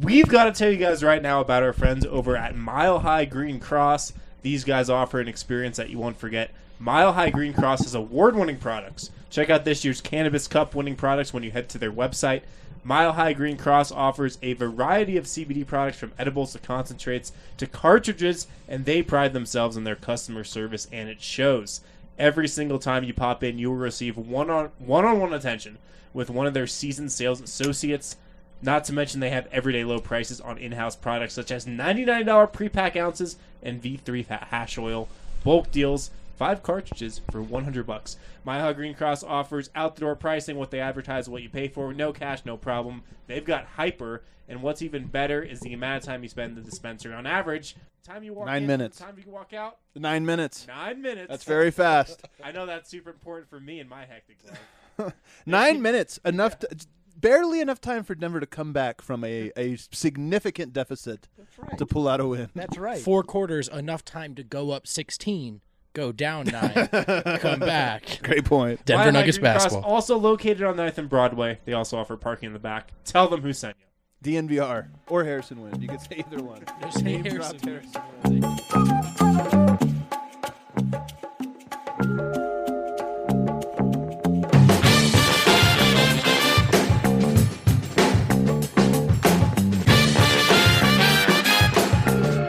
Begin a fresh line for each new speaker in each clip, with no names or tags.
We've got to tell you guys right now about our friends over at Mile High Green Cross. These guys offer an experience that you won't forget. Mile High Green Cross has award winning products. Check out this year's Cannabis Cup winning products when you head to their website. Mile High Green Cross offers a variety of CBD products from edibles to concentrates to cartridges, and they pride themselves on their customer service, and it shows. Every single time you pop in, you will receive one on one on one attention with one of their seasoned sales associates. Not to mention, they have everyday low prices on in house products such as $99 prepack ounces and V3 ha- hash oil, bulk deals, five cartridges for 100 bucks. My Hog Green Cross offers out the door pricing, what they advertise, what you pay for, no cash, no problem. They've got hyper, and what's even better is the amount of time you spend in the dispensary. On average, time you walk
Nine
in,
minutes.
time you walk out,
Nine minutes.
nine minutes.
That's very fast.
I know that's super important for me in my hectic life.
Nine minutes, enough, to, barely enough time for Denver to come back from a, a significant deficit
right.
to pull out a win.
That's right.
Four quarters, enough time to go up 16, go down 9, come back.
Great point.
Denver
Mile High
Nuggets
Green Cross,
basketball.
also located on 9th and Broadway. They also offer parking in the back. Tell them who sent you.
DNVR or Harrison Wind. You could say either one.
Just
Name
Harrison
dropped
Wind.
Harrison Wind.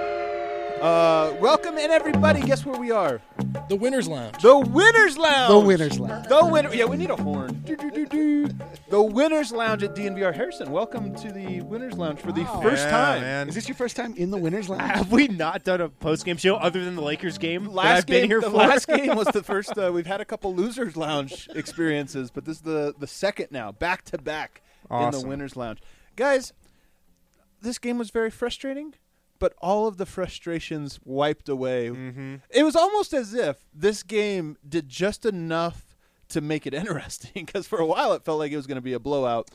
Uh, welcome in everybody. Guess where we are?
The winner's lounge.
The Winners Lounge.
the winner's lap.
The winner. Yeah, we need a horn. Do, do, do, do. The Winners Lounge at DNVR Harrison. Welcome to the Winners Lounge for the first
Yeah,
time.
man.
Is this your first time in the winner's lap?
Have we not done a post game show other than the Lakers game? that
Last
I've been
game,
here
the
for
last game was the first. Uh, we've had a couple losers lounge experiences, but this is the the second now, back to back in the
Awesome.
winners lounge. Guys, this game was very frustrating, but all of the frustrations wiped away.
Mm-hmm.
It was almost as if this game did just enough to make it interesting, because for a while it felt like it was going to be a blowout.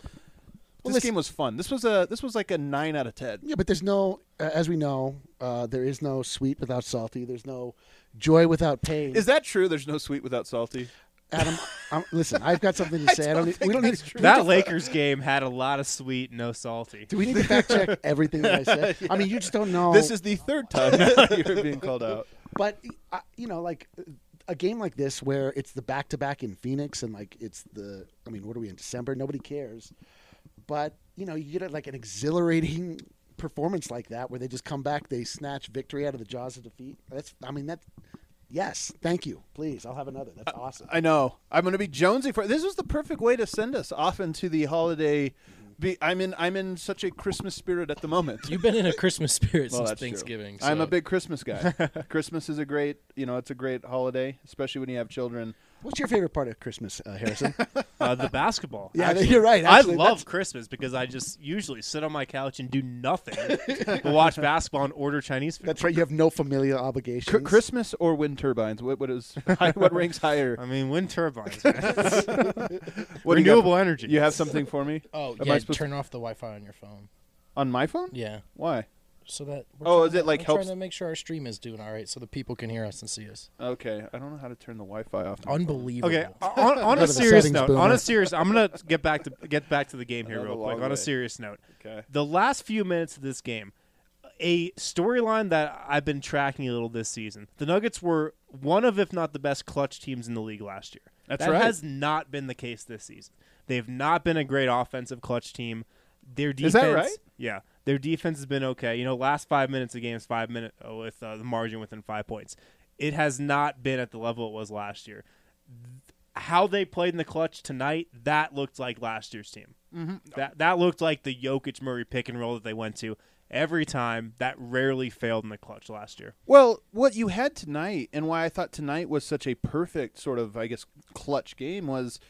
This
listen-
game was fun. This was a this was like a nine out of ten.
Yeah, but there's no, uh, as we know, uh, there is no sweet without salty. There's no joy without pain.
Is that true? There's no sweet without salty.
Adam, I'm, listen, I've got something to say. I don't. need, we don't need. we
That
don't-
Lakers game had a lot of sweet, no salty.
Do we need to fact check everything that I said? I mean, you just don't know.
This is the third time you're being called out.
but uh, you know, like uh, a game like this where it's the back to back in Phoenix and like it's the. I mean, what are we in December? Nobody cares. But you know, you get like an exhilarating performance like that where they just come back, they snatch victory out of the jaws of defeat. That's. I mean, that. Yes, thank you. Please, I'll have another. That's awesome.
I know. I'm going to be jonesy for this. Was the perfect way to send us off into the holiday. Be, I'm in. I'm in such a Christmas spirit at the moment.
You've been in a Christmas spirit
Well,
since
that's true.
Thanksgiving.
I'm
so-
a big Christmas guy. Christmas is a great. You know, it's a great holiday, especially when you have children.
What's your favorite part of Christmas, uh, Harrison?
Uh, the basketball.
Yeah,
actually.
you're right. Actually,
I love Christmas because I just usually sit on my couch and do nothing but watch basketball and order Chinese food.
That's right. You have no familial obligations.
C- Christmas or wind turbines. What what is what ranks higher?
I mean, wind turbines. man.
What do you got?
Renewable energy.
You have something for me?
Oh,
Am I
yeah,
supposed-
turn off the Wi Fi on your phone.
On my phone?
Yeah.
Why?
So that. we're
Oh,
trying
is it,
to-
like,
I'm
helps-
trying to make sure our stream is doing all right so the people can hear us and see us.
Okay. I don't know how to turn the Wi-Fi off. my phone.
Unbelievable.
Okay, on, on
Go
a
to the
serious
settings,
note, on
boomer.
a serious, I'm gonna get back to get back to the game here
Another
real quick.
long
On
way.
a serious note,
Okay.
the last few minutes of this game, a storyline that I've been tracking a little this season. The Nuggets were one of, if not the best, clutch teams in the league last year.
That's
that
right.
Has not been the case this season. They've not been a great offensive clutch team. Their defense,
Is that right?
Yeah, their defense has been okay. You know, last five minutes of games, five minute uh, with uh, the margin within five points. It has not been at the level it was last year. How they played in the clutch tonight, that looked like last year's team. That that looked like the Jokic Murray pick and roll that they went to every time. That rarely failed in the clutch last year.
Well, what you had tonight, and why I thought tonight was such a perfect sort of, I guess, clutch game was,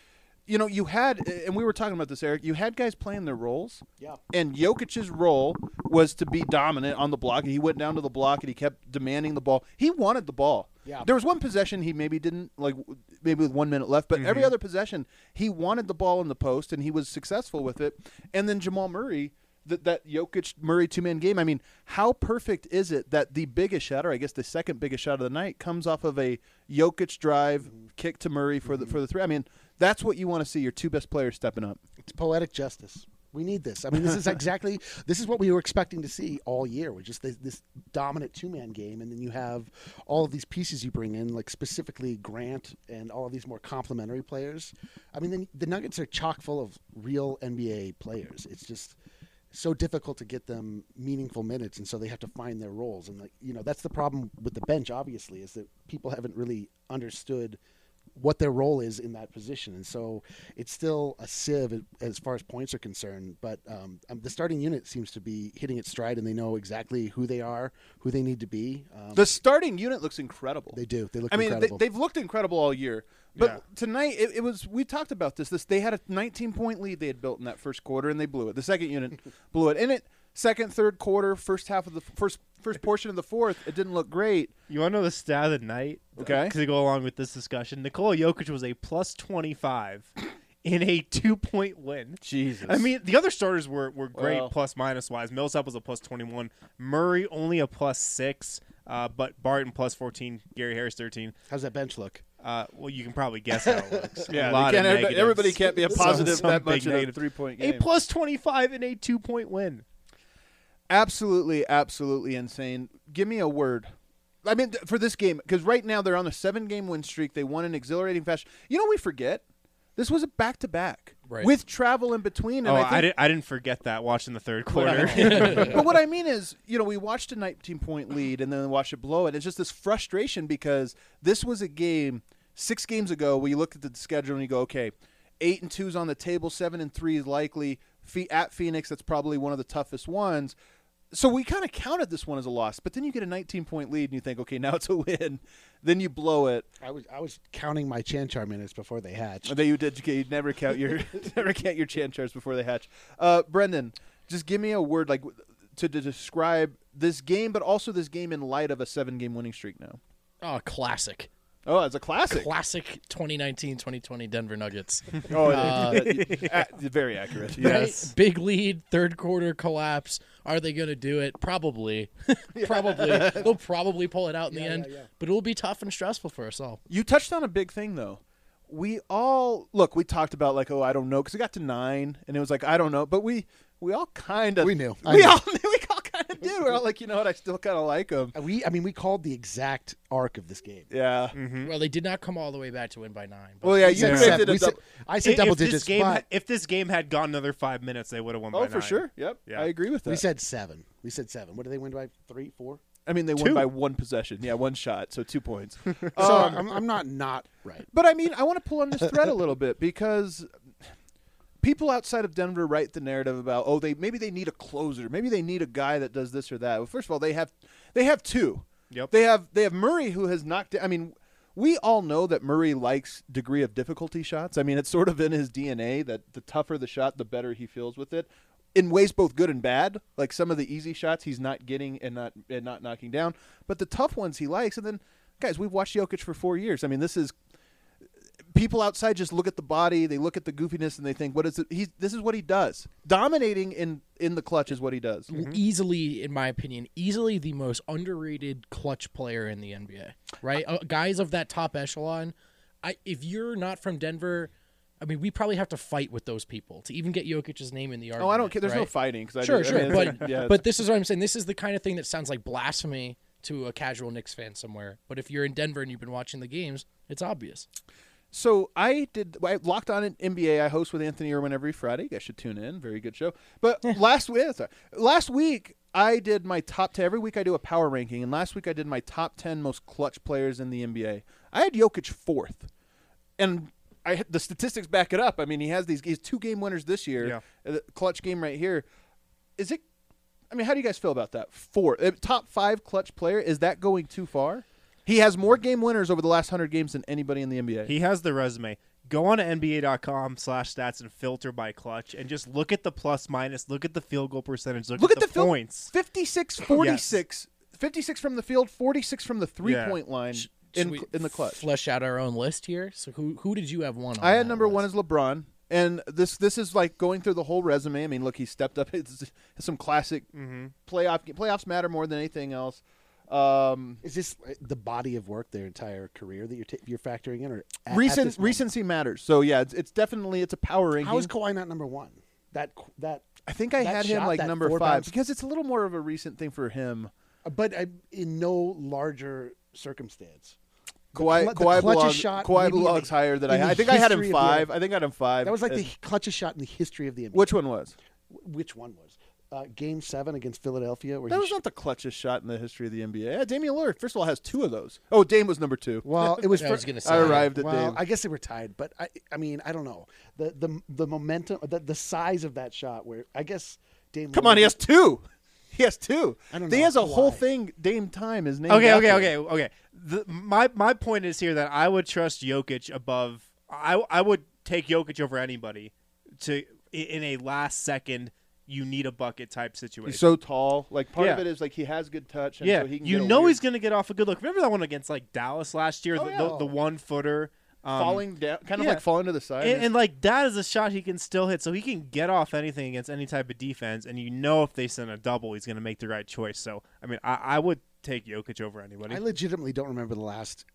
you know, you had, and we were talking about this, Eric. You had guys playing their roles.
Yeah.
And Jokic's role was to be dominant on the block. He went down to the block and he kept demanding the ball. He wanted the ball.
Yeah.
There was one possession he maybe didn't like, w- maybe with one minute left, but
Mm-hmm.
every other possession he wanted the ball in the post and he was successful with it. And then Jamal Murray. That, that Jokic Murray two man game. I mean, how perfect is it that the biggest shot, or I guess the second biggest shot of the night, comes off of a Jokic drive
Mm-hmm.
kick to Murray for the for the three? I mean, that's what you want to see your two best players stepping up.
It's poetic justice. We need this. I mean, this is exactly this is what we were expecting to see all year, which is this, this dominant two man game, and then you have all of these pieces you bring in, like specifically Grant and all of these more complementary players. I mean, then the Nuggets are chock full of real NBA players. It's just so difficult to get them meaningful minutes, and so they have to find their roles. And like you know, that's the problem with the bench. Obviously, is that people haven't really understood what their role is in that position. And so it's still a sieve as far as points are concerned. But um, um, the starting unit seems to be hitting its stride, and they know exactly who they are, who they need to be. Um,
The starting unit looks incredible.
they do. They look.
I mean, they,
incredible.
they've looked incredible all year, but
Yeah.
tonight it, it was. We talked about this. This they had a 19 point lead they had built in that first quarter, and they blew it. The second unit blew it. In it, second, third quarter, first half of the first first portion of the fourth, it didn't look great.
You want to know the stat of the night?
Okay.
To go along with this discussion, Nikola Jokic was a plus 25 in a two point win.
Jesus,
I mean, the other starters were, were great
Well.
plus minus wise. Millsap was a plus 21, Murray only a plus 6, uh, but Barton plus 14, Gary Harris 13.
How's that bench look?
Uh, well, you can probably guess how it looks.
yeah,
a
they
lot
can't-
of
everybody,
negatives.
everybody can't be a
Some-
positive
some
that
big
much in a
negative.
three point
A
game.
plus 25 in a two point win.
absolutely, absolutely insane. Give me a word. I mean, th- for this game, because right now they're on a seven game win streak. They won in exhilarating fashion. You know, we forget this was a back to back
Right.
with travel in between. And
oh,
I,
I,
think,
didn't, I didn't forget that watching the third quarter.
but what I mean is, you know, we watched a 19 point lead and then watched it blow it. It's just this frustration because this was a game six games ago where you looked at the schedule and you go, okay, eight and two's on the table, seven and three is likely. Fe- At Phoenix, that's probably one of the toughest ones. So we kind of counted this one as a loss, but then you get a 19 point lead and you think, okay, now it's a win. Then you blow it.
I was I was counting my Chanchar minutes before they hatched.
That you did you never count your never count your chan chairs before they hatch. Uh, Brendan, just give me a word like to, to describe this game, but also this game in light of a seven game winning streak now.
Oh, classic.
Oh, it's a classic.
Classic 2019-2020 Denver Nuggets.
oh, it- uh, very accurate.
Right? Big lead, third quarter collapse. Are they going to do it? Probably. probably. They'll probably pull it out in the end, but it will be tough and stressful for us all.
You touched on a big thing though. We all look. We talked about like, oh, I don't know, because it got to nine, and it was like, I don't know, but we we all kind of
We knew. I
We
knew.
all knew. We all kind of did. We're all like, you know what? I still kind of like him.
Uh, We I mean, we called the exact arc of this game.
Yeah.
Well, they did not come all the way back to win by 9. But
Mm-hmm. Well, yeah. You
Mm-hmm. Except
expected a
we said-
dou-
I said double
if
digits,
This game,
but
if this game had gone another five minutes, they would have won by
Oh, for
nine.
sure. Yep.
Yeah.
I agree with that.
we said seven. We said seven. What did they win by? Three, four.
I mean, they won
Two.
by one possession. Yeah, one shot, so two points.
So
um,
I'm, I'm not not right.
but I mean, I want to pull on this thread a little bit because people outside of Denver write the narrative about oh they maybe they need a closer, maybe they need a guy that does this or that. Well, first of all, they have they have two.
Yep.
They have they have Murray who has knocked. I mean, we all know that Murray likes degree of difficulty shots. I mean, it's sort of in his DNA that the tougher the shot, the better he feels with it. In ways both good and bad, like some of the easy shots he's not getting and not and not knocking down, but the tough ones he likes. And then, guys, we've watched Jokic for four years. I mean, this is people outside just look at the body, they look at the goofiness, and they think, "What is it? He's this is what he does. Dominating in in the clutch is what he does."
Mm-hmm. easily, in my opinion, easily the most underrated clutch player in the NBA. Right, uh, guys of that top echelon. I if you're not from Denver, I mean, we probably have to fight with those people to even get Jokic's name in the
No,
argument.
Oh, I don't care. There's no
right?
fighting because
Sure,
I,
sure,
mean, it's
but
like- yeah,
but this is what I'm saying. This is the kind of thing that sounds like blasphemy to a casual Knicks fan somewhere. But if you're in Denver and you've been watching the games, it's obvious.
So I did. I locked on an NBA. I host with Anthony Irwin every Friday. You guys should tune in. Very good show. But last week, last week I did my top ten. Every week I do a power ranking, and last week I did my top ten most clutch players in the NBA. I had Jokic fourth, and I had- the statistics back it up. I mean, he has these. He's two game winners this year.
Yeah.
Uh, the Clutch game right here. Is it? I mean, how do you guys feel about that? Four uh, top five clutch player. Is that going too far? He has more game winners over the last hundred games than anybody in the NBA.
He has the resume. Go on to NBA.com slash stats and filter by clutch and just look at the plus minus, look at the field goal percentage, look,
Look at the, field.
points.
56 46. 56 from the field, 46 from the three
Yeah.
point line
Should
in,
we
in the clutch.
Flesh out our own list here. So who who did you have one? on
I had
that
number one
list?
as LeBron. And this this is like going through the whole resume. I mean, look, he stepped up. It's it's some classic
Mm-hmm.
playoff playoffs matter more than anything else. Um,
Is this uh, the body of work their entire career that you're ta- you're factoring in, or at- at
recent
this moment?
recency matters. So yeah, it's, it's definitely it's a power ranking.
How is Kawhi not number one? That that
I think I
That
had him
shot,
like
that
number
four
five
bounce-
because it's a little more of a recent thing for him.
uh, but I, in no larger circumstance.
Kawhi,
clu- the
Kawhi,
clutch
Bulog,
shot
Kawhi
maybe in
Bulog's
the-
higher than I
in
had.
the
I think I had
history
him
of
five.
the-
I think I had him five.
That was like the
and-
clutchest shot in the history of the NBA.
which one was?
Which one was? Uh, game seven against Philadelphia, where
That
he
was
sh-
not the clutchest shot in the history of the NBA. Yeah, Damian Lillard, first of all, has two of those. Oh, Dame was number two.
well, it was.
I
fir-
was gonna say
I arrived at
well,
Dame.
I guess they were tied, but I, I mean, I don't know the the the momentum, the, the size of that shot. Where I guess Dame.
Come on, he
Lillard-
has two. He has two.
I don't
He
know
has a whole
why.
thing. Dame time is named.
Okay,
after
okay,
him.
okay, okay. The, my my point is here that I would trust Jokic above. I I would take Jokic over anybody to i- in a last second you need a bucket type situation.
He's so tall. Like part of
Yeah.
it is like he has good touch. And
yeah,
so he can
you
get a
know
weird-
he's going to get off a good look. Remember that one against like Dallas last year,
Oh,
the,
yeah.
the, the one footer um,
falling down, kind of
yeah.
like falling to the side.
And, and like that is a shot he can still hit, so he can get off anything against any type of defense. And you know if they send a double, he's going to make the right choice. So I mean, I, I would take Jokic over anybody.
I legitimately don't remember the last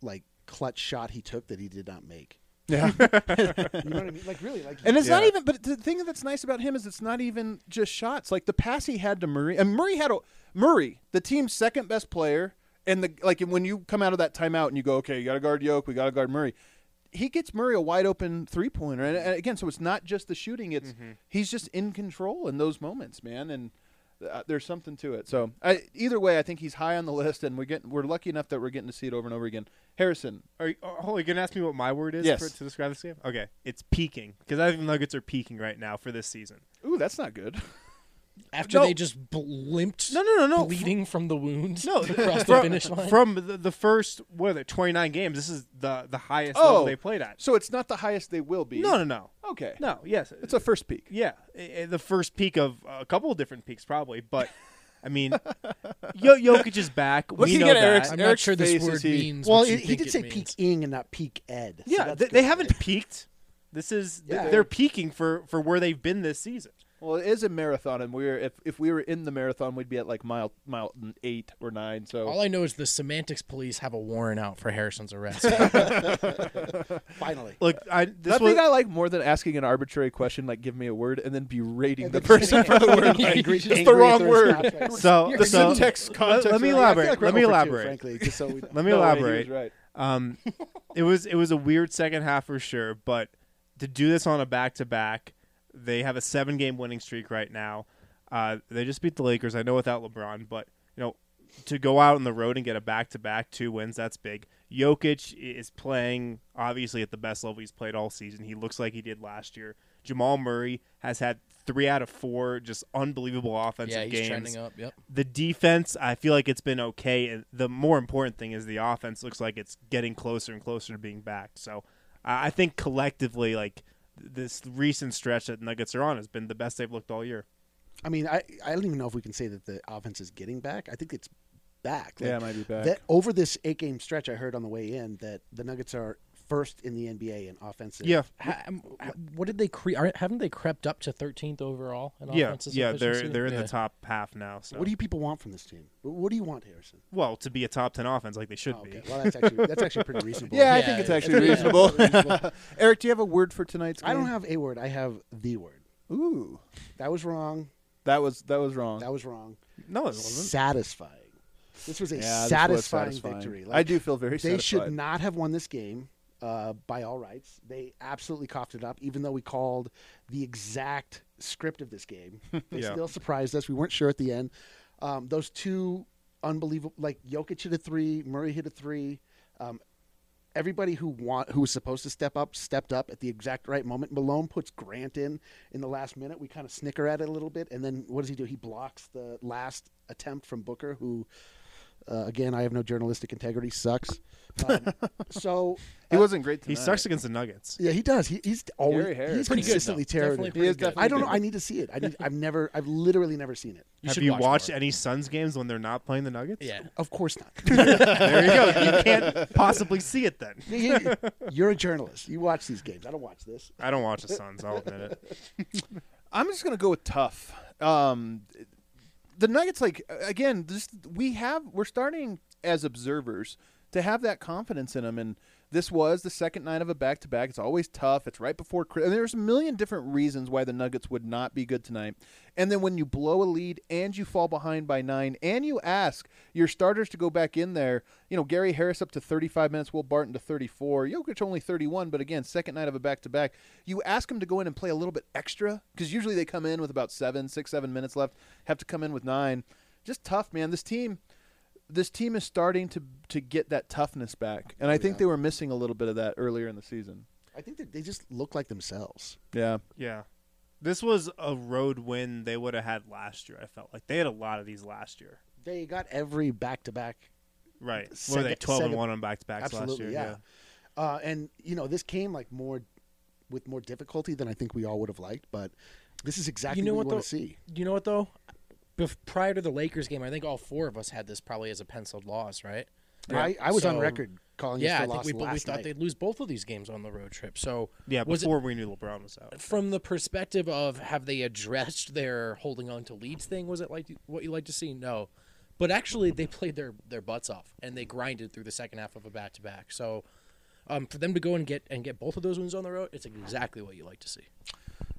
like clutch shot he took that he did not make.
yeah.
You know what I mean? Like really, like
And it's not
Yeah.
even. But the thing that's nice about him is it's not even just shots. Like the pass he had to Murray, and Murray had a Murray, the team's second best player, and the like. When you come out of that timeout and you go, okay, you got to guard Yoke, we got to guard Murray. He gets Murray a wide open three pointer, and, and again, so it's not just the shooting. It's
Mm-hmm.
he's just in control in those moments, man, and. Uh, there's something to it. So I, either way, I think he's high on the list, and we're getting we're lucky enough that we're getting to see it over and over again. Harrison,
Are you, oh, hold on, you going to ask me what my word is
Yes.
for, to describe this game? Okay, it's peaking because I think the Nuggets are peaking right now for this season.
ooh, that's not good.
After
No.
they just blimped,
No, no, no, no.
bleeding from the wound
No,
across the
from,
finish line.
from the, the first what are they, 29 games, this is the the highest
Oh.
level they played at.
So it's not the highest they will be.
No, no, no,
Okay.
no. Yes,
It's a first peak.
yeah, i- i- the first peak of a couple of different peaks probably, but I mean, Yo- Jokic is back. we
Looking
know
at
that.
Eric's
I'm
Eric's
not sure this
face
word
is he-
means.
well,
what you
it, he
think
did
it
say
means.
peak ing and not peak ed. so
Yeah,
that's
they,
good.
they haven't peaked. This is
Yeah.
they're peaking for for where they've been this season.
Well, it is a marathon, and we're if, if we were in the marathon, we'd be at like mile mile eight or nine. So
All I know is the semantics police have a warrant out for Harrison's arrest.
finally.
Look, I this
that
was
thing I like more than asking an arbitrary question, like give me a word, and then berating
And
the
then just
person for the
angry-
word. Like,
angry-
it's
angry
the
at
wrong
their
word.
context.
so
You're
The
so
angry.
syntax context.
Let, let me
right?
I feel
elaborate.
like
let me
Rebel for two,
elaborate.
frankly, just so we know.
let me
No, he was
elaborate.
right.
Um, it was it was a weird second half for sure, but to do this on a back to back, they have a seven game winning streak right now. Uh, they just beat the Lakers. I know without LeBron, but you know to go out on the road and get a back to back two wins that's big. Jokic is playing obviously at the best level he's played all season. He looks like he did last year. Jamal Murray has had three out of four just unbelievable offensive
yeah, he's
games
trending up. Yep.
the defense, I feel like it's been okay. And the more important thing is the offense looks like it's getting closer and closer to being back. So I I think collectively, like th- this recent stretch that Nuggets are on has been the best they've looked all year.
I mean, I, I don't even know if we can say that the offense is getting back. I think it's back.
Yeah, it might be back.
That, over this eight game stretch, I heard on the way in that the Nuggets are first in the NBA in offensive.
Yeah,
Ha- um, ha- what did they cre- are, haven't they crept up to 13th overall in
yeah,
offensive
yeah. They're
efficiency?
they're in
Yeah.
the top half now. So
What do you people want from this team? What do you want, Harrison?
well to be a top ten offense like they should
Oh,
be.
okay. Well, that's actually that's actually pretty reasonable.
Yeah, I
Yeah,
think it's
yeah.
actually
Yeah.
reasonable.
Reasonable.
Eric, do you have a word for tonight's game?
I don't have a word. I have the word.
Ooh,
That was wrong.
that was that was wrong.
That was wrong.
No, it wasn't.
Satisfying. This was a
Yeah, this was
satisfying,
satisfying.
victory.
I do feel very.
They should
satisfied.
not have won this game uh, by all rights. They absolutely coughed it up, even though we called the exact script of this game. They
Yeah.
still surprised us. We weren't sure at the end. Um, those two unbelievable, like Jokic hit a three, Murray hit a three. Um, everybody who want who was supposed to step up stepped up at the exact right moment. Malone puts Grant in in the last minute. We kind of snicker at it a little bit, and then what does he do? He blocks the last attempt from Booker, who. Uh, again, I have no journalistic integrity. Sucks. Um, so
He wasn't great.
He
Tonight.
sucks against the Nuggets.
yeah, he does. He, he's always
Gary Harris.
he's
Pretty
good, though.
consistently
Definitely
terrible.
pretty
He is
good.
definitely
I don't know.
good.
I need to see it. I need, I've never. I've literally never seen it.
You
Have
should
you
watch
watched
more.
any Suns games when they're not playing the Nuggets?
Yeah.
Of course not.
there you go. You can't possibly see it then.
You- you- You're a journalist. You watch these games. I don't watch this.
I don't watch the Suns. I'll admit it.
I'm just gonna go with tough. Um, the Nuggets, like again, this, we have we're starting as observers to have that confidence in them, and This was the second night of a back to back. It's always tough. It's right before Chris. And there's a million different reasons why the Nuggets would not be good tonight. And then when you blow a lead and you fall behind by nine and you ask your starters to go back in there, you know, Gary Harris up to 35 minutes, Will Barton to 34, Jokic only 31, but again, second night of a back to back. You ask them to go in and play a little bit extra because usually they come in with about seven, six, seven minutes left, have to come in with nine. Just tough, man. This team this team is starting to to get that toughness back, and I think
Yeah.
they were missing a little bit of that earlier in the season.
I think that they just look like themselves.
Yeah,
Yeah. This was a road win they would have had last year, I felt like. They had a lot of these last year.
They got every back to back.
Right. Were
Second-
they 12 and
second-
1 on back to backs last
Absolutely,
year?
yeah. Uh, and you know, this came like more with more difficulty than I think we all would have liked, but this is exactly
know what,
what, you
though?
want to see.
You know what though? Bef- prior to the Lakers game, I think all four of us had this probably as a penciled loss, right?
I, I was on
So-
record calling
yeah, I
us the
think
loss
we, but
last
we thought
night.
they'd lose both of these games on the road trip. So
Yeah,
was it
before we knew LeBron was out.
from the perspective of have they addressed their holding on to leads thing? Was it like what you like to see? No, but actually they played their their butts off and they grinded through the second half of a back to back. So um, for them to go and get and get both of those wins on the road, it's exactly what you like to see.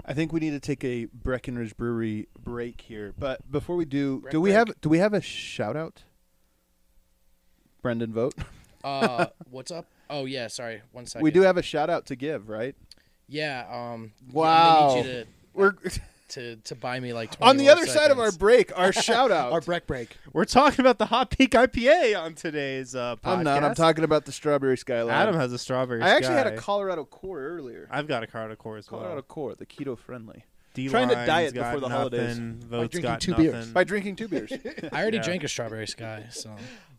I think we need to take a Breckenridge Brewery break here, but before we do, do we
break.
have do we have a shout out? Brendan, vote.
Uh, what's up? Oh yeah, sorry. One second.
We do have a shout out to give, right?
Uh,
Yeah. Um.
Wow.
I'm gonna need you
We're
to, to to buy me like 20
on the
more
other side of our
seconds.
break. Our shout out.
Our break break.
We're talking about the Hot Peak IPA on today's uh, podcast.
I'm not. I'm talking about the strawberry skyline.
Adam has a strawberry.
I actually had
Sky.
a Colorado core earlier.
I've got a Colorado Core as
Colorado
well.
core, the keto friendly.
D-line's
Trying to diet
got
before the
nothing.
holidays.
Vote's
drinking
got
two
nothing.
beers.
By drinking two beers.
I already
Yeah.
drank a strawberry sky, so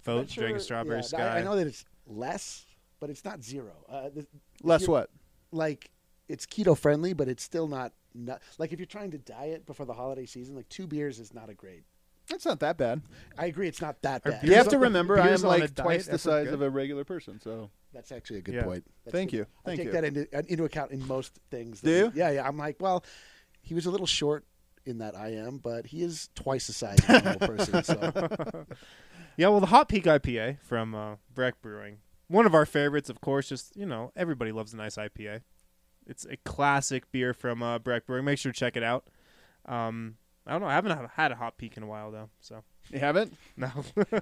Vote, drink a
Sure,
strawberry
yeah,
sky.
I, I know that it's less, but it's not zero. Uh, th-
Less what?
like it's keto friendly, but it's still not, not. Like if you're trying to diet before the holiday season, like two beers is not a great.
That's not that bad.
I agree, it's not that
Are
bad.
You
beers
have
on-
to remember, I am
beers on a
like
diet
twice the
effort
size
good?
of a regular person. So
That's actually a good
Yeah.
point. That's
Thank
good.
you. Thank
I take
you.
that into, uh, into account in most things. that
Do
we-
you?
Yeah, yeah. I'm like, well, he was a little short in that I am, but he is twice the size of a normal person. So
Yeah, well, the Hot Peak IPA from uh, Breck Brewing, one of our favorites, of course. Just you know, everybody loves a nice IPA. It's a classic beer from uh, Breck Brewing. Make sure to check it out. Um, I don't know. I haven't ha- had a Hot Peak in a while though, so
you haven't.
no.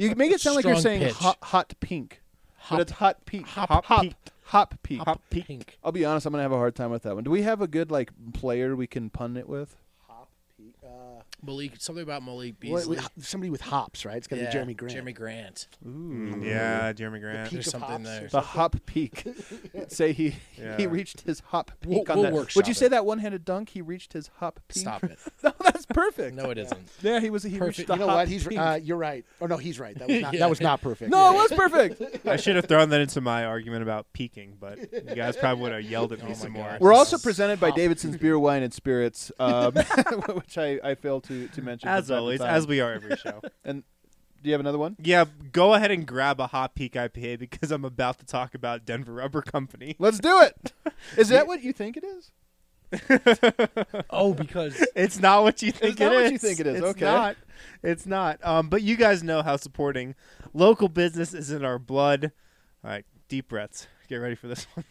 You make it sound like you're
Strong
saying
pitch.
hot, hot pink,
Hop-
but it's hot pink.
hop
hop, hop,
peak.
hop peak.
Hop Peak.
pink.
I'll be honest, I'm gonna have a hard time with that one. Do we have a good like player we can pun it with?
hop, Pete, uh,
Malik, something about Malik
what-
Beasley.
somebody with hops, right? It's got to
Yeah,
be Jeremy Grant.
Jeremy Grant.
yeah, Jeremy Grant.
peak
There's
of
something
hops
there.
or
The hop peak. say he
Yeah.
he reached his hop peak
We'll-
on
we'll
that. Would
workshop
you
it.
say that one-handed dunk? He reached his hop peak.
Stop it.
no, that's perfect.
No, it isn't.
Yeah, he was. He reached
Perfect.
the
You know
hop
what? He's
peak.
uh, you're right. Oh no, he's right. That was not,
Yeah.
that was not perfect.
no, it was perfect.
I should have thrown that into my argument about peaking, but you guys probably would have yelled at me
Oh
some
my
more.
God.
We're also presented by
Hop.
Davidson's Beer, Wine, and Spirits, um, which I, I failed to, to mention.
as always, as we are every show.
and do you have another one?
yeah, go ahead and grab a Hot Peak IPA because I'm about to talk about Denver Rubber Company.
Let's do it. Is that what you think it is?
Oh, because
It's not what you think
It's not
it
what
is.
you think it is,
It's
okay.
Not. It's not. Um, but you guys know how supporting local business is in our blood. All right, deep breaths. Get ready for this one.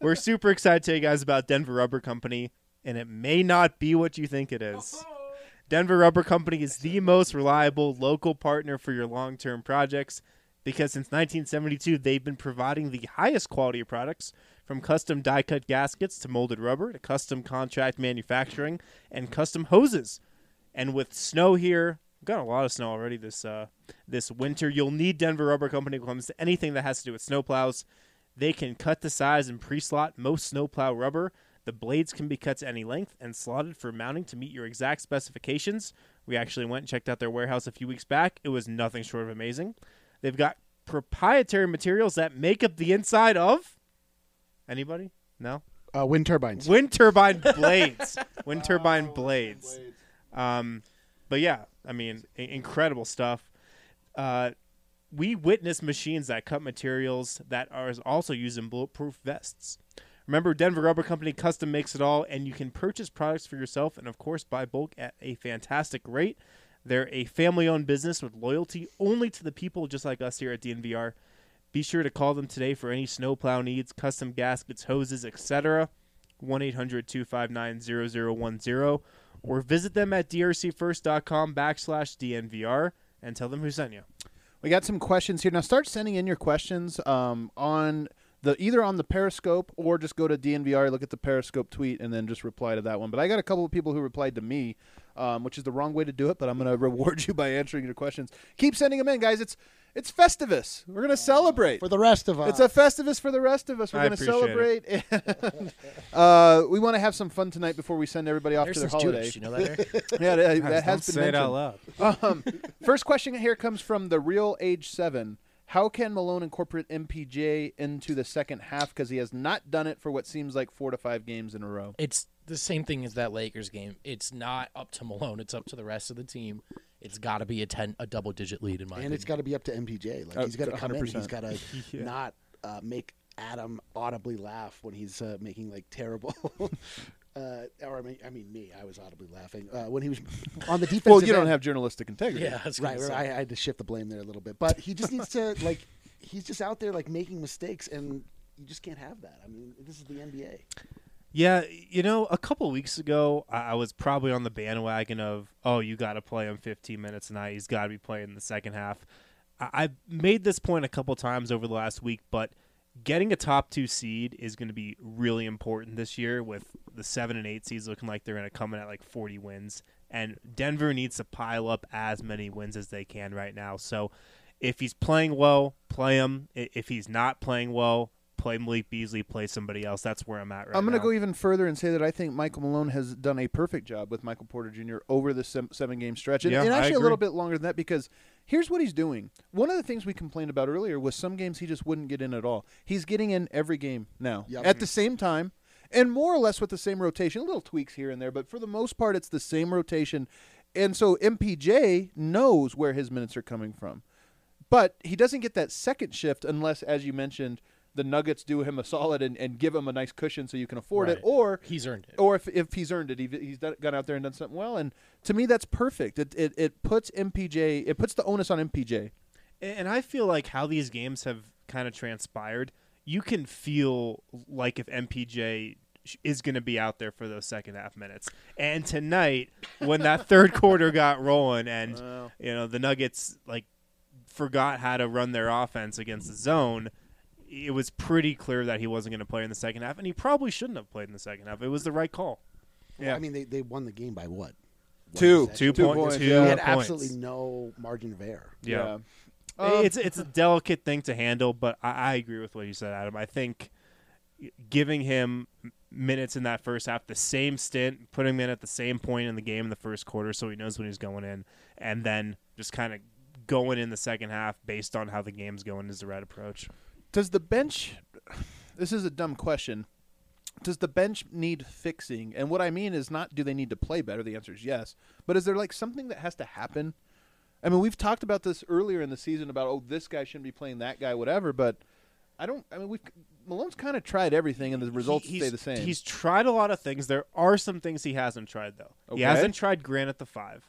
We're super excited to tell you guys about Denver Rubber Company, and it may not be what you think it is. Denver Rubber Company is the most reliable local partner for your long term projects because since 1972, they've been providing the highest quality of products from custom die cut gaskets to molded rubber to custom contract manufacturing and custom hoses. And with snow here, got a lot of snow already this uh, this winter. You'll need Denver Rubber Company when it comes to anything that has to do with snowplows. They can cut the size and pre-slot most snowplow rubber. The blades can be cut to any length and slotted for mounting to meet your exact specifications. We actually went and checked out their warehouse a few weeks back. It was nothing short of amazing. They've got proprietary materials that make up the inside of anybody? No.
Uh, wind turbines.
Wind turbine blades. Oh, Wind turbine blades. Um, but yeah, I mean, i- incredible stuff. Uh, we witness machines that cut materials that are also used in bulletproof vests. Remember, Denver Rubber Company custom makes it all, and you can purchase products for yourself and, of course, buy bulk at a fantastic rate. They're a family owned business with loyalty only to the people just like us here at DNVR. Be sure to call them today for any snowplow needs, custom gaskets, hoses, etc. 1 800 259 0010 or visit them at drcfirst.com backslash DNVR and tell them who sent you.
We got some questions here now. Start sending in your questions um, on the either on the Periscope or just go to DNVR, look at the Periscope tweet, and then just reply to that one. But I got a couple of people who replied to me, um, which is the wrong way to do it. But I'm going to reward you by answering your questions. Keep sending them in, guys. It's it's Festivus. We're going to celebrate.
for the rest of uh,
It's
us.
a Festivus for the rest of us. We're
I
going to
appreciate
celebrate. uh, we want to have some fun tonight before we send everybody off
There's
to their
some
holiday.
Jewish, you know that. Eric?
Yeah, that, that has been
say it
mentioned.
out loud.
Um, first question here comes from the real age seven. How can Malone incorporate MPJ into the second half because he has not done it for what seems like four to five games in a row?
it's the same thing as that Lakers game. It's not up to Malone. It's up to the rest of the team. It's got to be a ten, a double digit lead in my
and it's
opinion.
got to be up to MPJ.
Uh,
Like he's got to come in. He's
100%.
got to not uh, make Adam audibly laugh when he's uh, making like terrible. Uh, or I mean, I mean me. I was audibly laughing uh, when he was on the defensive.
Well, you don't
end-
have journalistic integrity.
yeah, I was gonna
right.
say.
right I, I had to shift the blame there a little bit, but he just needs to like. He's just out there like making mistakes, and you just can't have that. I mean, this is the NBA.
Yeah, you know, a couple weeks ago, I I was probably on the bandwagon of, oh, you got to play him 15 minutes tonight. He's got to be playing in the second half. I- I've made this point a couple times over the last week, but getting a top two seed is going to be really important this year with the seven and eight seeds looking like they're going to come in at like 40 wins. And Denver needs to pile up as many wins as they can right now. So if he's playing well, play him. I- If he's not playing well, play Malik Beasley, play somebody else. That's where I'm at right
I'm going
now.
to go even further and say that I think Michael Malone has done a perfect job with Michael Porter Jr. over the sem- seven game stretch. And,
Yeah,
and
I
actually a
agree.
little bit longer than that because here's what he's doing. One of the things we complained about earlier was some games he just wouldn't get in at all. He's getting in every game now
Yep.
at the same time and more or less with the same rotation, little tweaks here and there, but for the most part, it's the same rotation. And so MPJ knows where his minutes are coming from. But he doesn't get that second shift unless, as you mentioned, the Nuggets do him a solid and, and give him a nice cushion so you can afford it,
Right.
or
He's earned it.
or if, if he's earned it, he, he's done, gone out there and done something well. And to me, that's perfect. It, it it puts MPJ, it puts the onus on MPJ.
And I feel like how these games have kind of transpired, you can feel like if MPJ sh- is going to be out there for those second half minutes. And tonight, when that third quarter got rolling, and you know the Nuggets like forgot how to run their offense against the zone. It was pretty clear that he wasn't going to play in the second half, and he probably shouldn't have played in the second half. It was the right call.
Yeah.
I mean, they, they won the game by what? One
Two.
possession?
Two
Two
point-
points,
two
yeah.
We had
points.
absolutely no margin of error.
yeah.
Um,
it's it's a delicate thing to handle, but I, I agree with what you said, Adam. I think giving him m- minutes in that first half, the same stint, putting him in at the same point in the game in the first quarter, so he knows when he's going in, and then just kind of going in the second half based on how the game's going is the right approach.
Does the bench? This is a dumb question. Does the bench need fixing? And what I mean is not do they need to play better? The answer is yes. But is there like something that has to happen? I mean, we've talked about this earlier in the season about oh this guy shouldn't be playing that guy, whatever. But I don't. I mean, we've Malone's kind of tried everything, and the results
He-
stay
he's-
the same.
He's tried a lot of things. There are some things he hasn't tried though.
Okay.
He hasn't tried Grant at the five,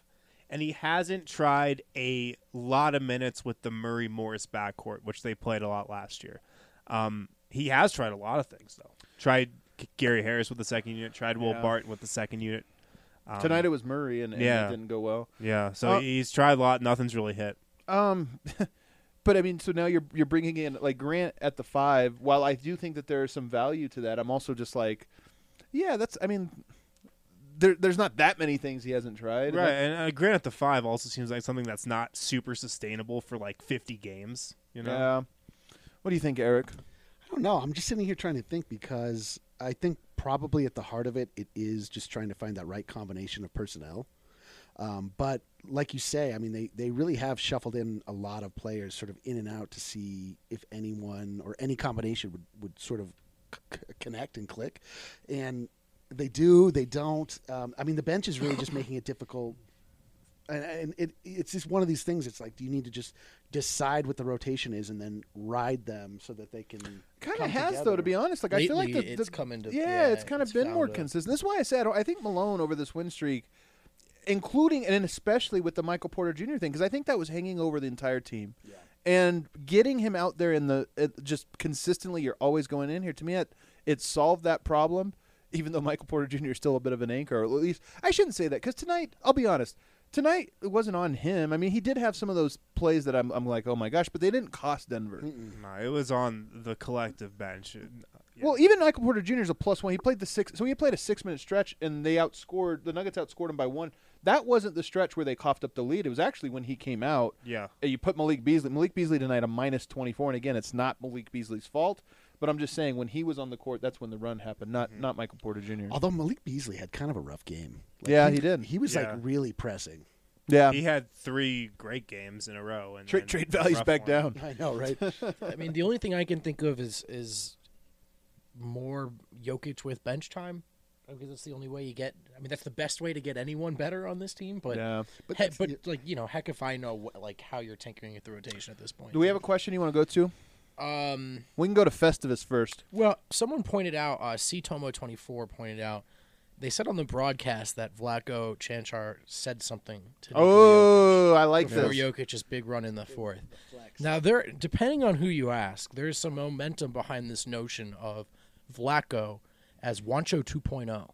and he hasn't tried a lot of minutes with the Murray Morris backcourt, which they played a lot last year. Um, he has tried a lot of things though. Tried G- Gary Harris with the second unit. Tried Will
Yeah.
Barton with the second unit. Um,
Tonight it was Murray, and, and
yeah.
it didn't go well.
yeah. So
Uh,
he's tried a lot. Nothing's really hit.
Um, but I mean, so now you're you're bringing in like Grant at the five. While I do think that there is some value to that, I'm also just like, yeah, that's. I mean, there there's not that many things he hasn't tried.
Right, and uh, Grant at the five also seems like something that's not super sustainable for like 50 games. You know.
Yeah. What do you think, Eric?
I don't know. I'm just sitting here trying to think because I think probably at the heart of it, it is just trying to find that right combination of personnel. Um, but like you say, I mean, they, they really have shuffled in a lot of players sort of in and out to see if anyone or any combination would, would sort of c- c- connect and click. And they do, they don't. Um, I mean, the bench is really just making it difficult and, and it it's just one of these things. It's like, do you need to just decide what the rotation is and then ride them so that they can
Kind of
come
has though,
together?
to be honest. Like I feel like
Lately,
the, the,
it's come into-
yeah,
yeah,
it's kind of
it's
been more
found a-
consistent. This is why I said I think Malone over this win streak, including and especially with the Michael Porter Jr. thing, because I think that was hanging over the entire team.
Yeah.
and getting him out there in the it, just consistently, you're always going in here. To me, it it solved that problem. Even though Michael Porter Jr. is still a bit of an anchor, or at least I shouldn't say that because tonight, I'll be honest, tonight it wasn't on him. I mean, he did have some of those plays that I'm, I'm like, oh my gosh, but they didn't cost Denver.
No, it was on the collective bench. It- yeah.
Well, even Michael Porter Jr. is a plus one. He played the six, so he played a six-minute stretch, and they outscored the Nuggets outscored him by one. That wasn't the stretch where they coughed up the lead. It was actually when he came out.
Yeah.
and you put Malik Beasley. Malik Beasley tonight a minus twenty-four, and again, it's not Malik Beasley's fault. But I'm just saying, when he was on the court, that's when the run happened. Not not Michael Porter Jr.
Although Malik Beasley had kind of a rough game.
Yeah, he did.
He was
Yeah.
like really pressing.
yeah,
he had three great games in a row, and
trade
then
trade
a
values
rough
back
one.
down.
I know, right?
I mean, the only thing I can think of is is more Jokic with bench time because that's the only way you get. I mean, that's the best way to get anyone better on this team. But
Yeah.
but, he, but like you know, heck if I know what, like how you're tinkering with the rotation at this point.
Do we have a question you want to go to?
um?
We can go to Festivus first.
Well, someone pointed out, uh, C Tomo twenty four pointed out, they said on the broadcast that Vlaco Chanchar said something to Nikola
Oh, I like
before
this.
Jokic's big run in the fourth. Now there, depending on who you ask, there's some momentum behind this notion of Vlaco as Wancho 2.0,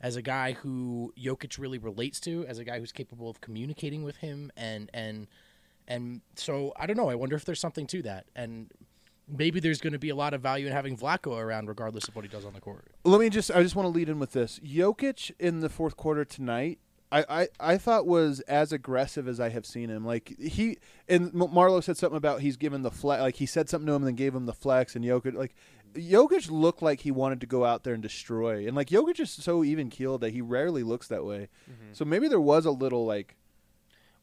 as a guy who Jokic really relates to, as a guy who's capable of communicating with him, and and and so I don't know. I wonder if there's something to that, and maybe there's going to be a lot of value in having Vlaco around, regardless of what he does on the court.
Let me just. I just want to lead in with this. Jokic in the fourth quarter tonight. I, I, I thought was as aggressive as I have seen him. Like he and M- Marlowe said something about he's given the flex. Like he said something to him and then gave him the flex. And Jokic like Jokic looked like he wanted to go out there and destroy. And like Jokic is so even keeled that he rarely looks that way. So maybe there was a little like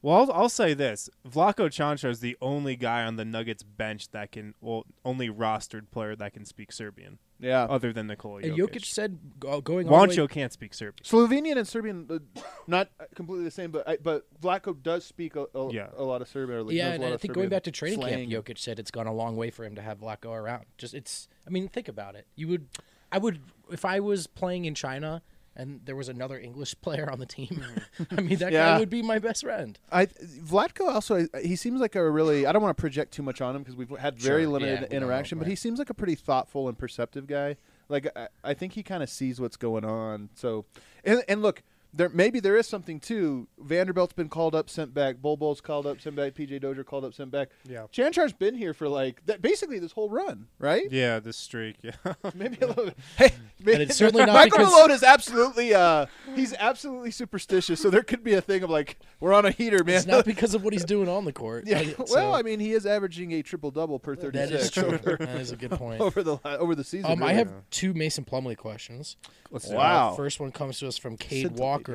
Well, I'll, I'll say this: Vlaco Chancho is the only guy on the Nuggets bench that can, well, only rostered player that can speak Serbian,
yeah.
other than Nikola
And
Jokic.
Jokic said go- going all the way-
Wancho can't speak Serbian.
Slovenian and Serbian, uh, not completely the same, but I, but Vlaco does speak a, a,
Yeah.
a lot of Serbian. Or like,
yeah,
knows a
and
lot
I
of
think going
Serbian
back to training
slang.
camp, Jokic said it's gone a long way for him to have Vlaco around. Just it's, I mean, think about it. You would, I would, if I was playing in China and there was another English player on the team, I mean, that
Yeah.
guy would be my best friend.
I Vladko also he seems like a really I don't want to project too much on him because we've had very
Sure, yeah,
limited
we don't
interaction,
know,
but he
right.
seems like a pretty thoughtful and perceptive guy. Like I, I think he kind of sees what's going on. So, and, and look, there maybe there is something too. Vanderbilt's been called up, sent back. Bol Bol's called up, sent back. PJ Dozier called up, sent back.
Yeah.
Chanchar's been here for like that, basically this whole run, right?
Yeah, the streak. Yeah.
Maybe a little. Hey, maybe,
it's certainly not
Michael
because-
Malone is absolutely uh, he's absolutely superstitious. So there could be a thing of like we're on a heater, man.
It's not because of what he's doing on the court.
Yeah.
Like, so
well, I mean, he is averaging a triple double per thirty
that is
six
true.
over,
that is a good point.
over the la- over the season.
Um, I
really.
have uh, two Mason Plumley questions.
Let's
do it. Wow.
first one comes to us from Cade
Scintillating.
Walker.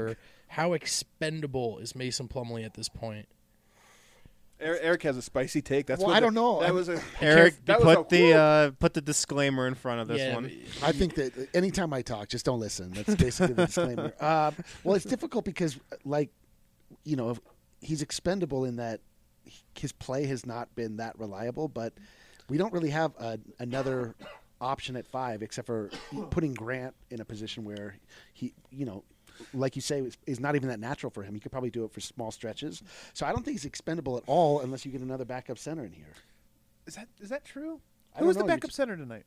How expendable is Mason Plumley at this point?
Er- Eric has a spicy take. That's
Well,
what
I
the-
don't know.
That
I'm-
was a
Eric,
that was
put
a-
the uh, put the disclaimer in front of this
Yeah,
one.
but-
I think that anytime I talk, just don't listen. That's basically the disclaimer. Uh, well, it's difficult because, like, you know, he's expendable in that his play has not been that reliable, but we don't really have a, another option at five except for putting Grant in a position where he, you know, like you say, is, is not even that natural for him. He could probably do it for small stretches. So I don't think he's expendable at all unless you get another backup center in here.
Is that is that true? Who
I don't
was the
know. You
backup
just-
center tonight?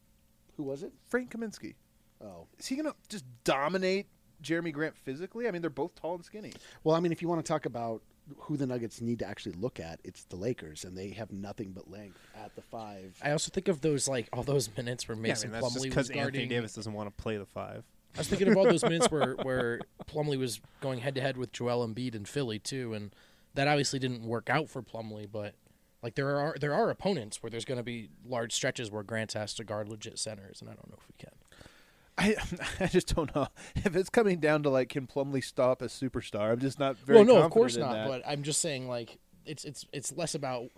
Who was it?
Frank Kaminsky.
Oh.
Is he gonna just dominate Jeremy Grant physically? I mean, they're both tall and skinny.
Well, I mean, if you want to talk about who the Nuggets need to actually look at, it's the Lakers, and they have nothing but length at the five.
I also think of those like all those minutes where
Yeah, I
Mason
mean, that's just
Plumley
because
was
Anthony
guarding.
Davis doesn't want to play the five.
I was thinking of all those minutes where where Plumley was going head to head with Joel Embiid in Philly too, and that obviously didn't work out for Plumley. But like there are there are opponents where there's going to be large stretches where Grant has to guard legit centers, and I don't know if we can.
I I just don't know if it's coming down to like can Plumlee stop a superstar. I'm just not very.
well, no, of
confident
course
in
not.
that.
But I'm just saying like it's it's it's less about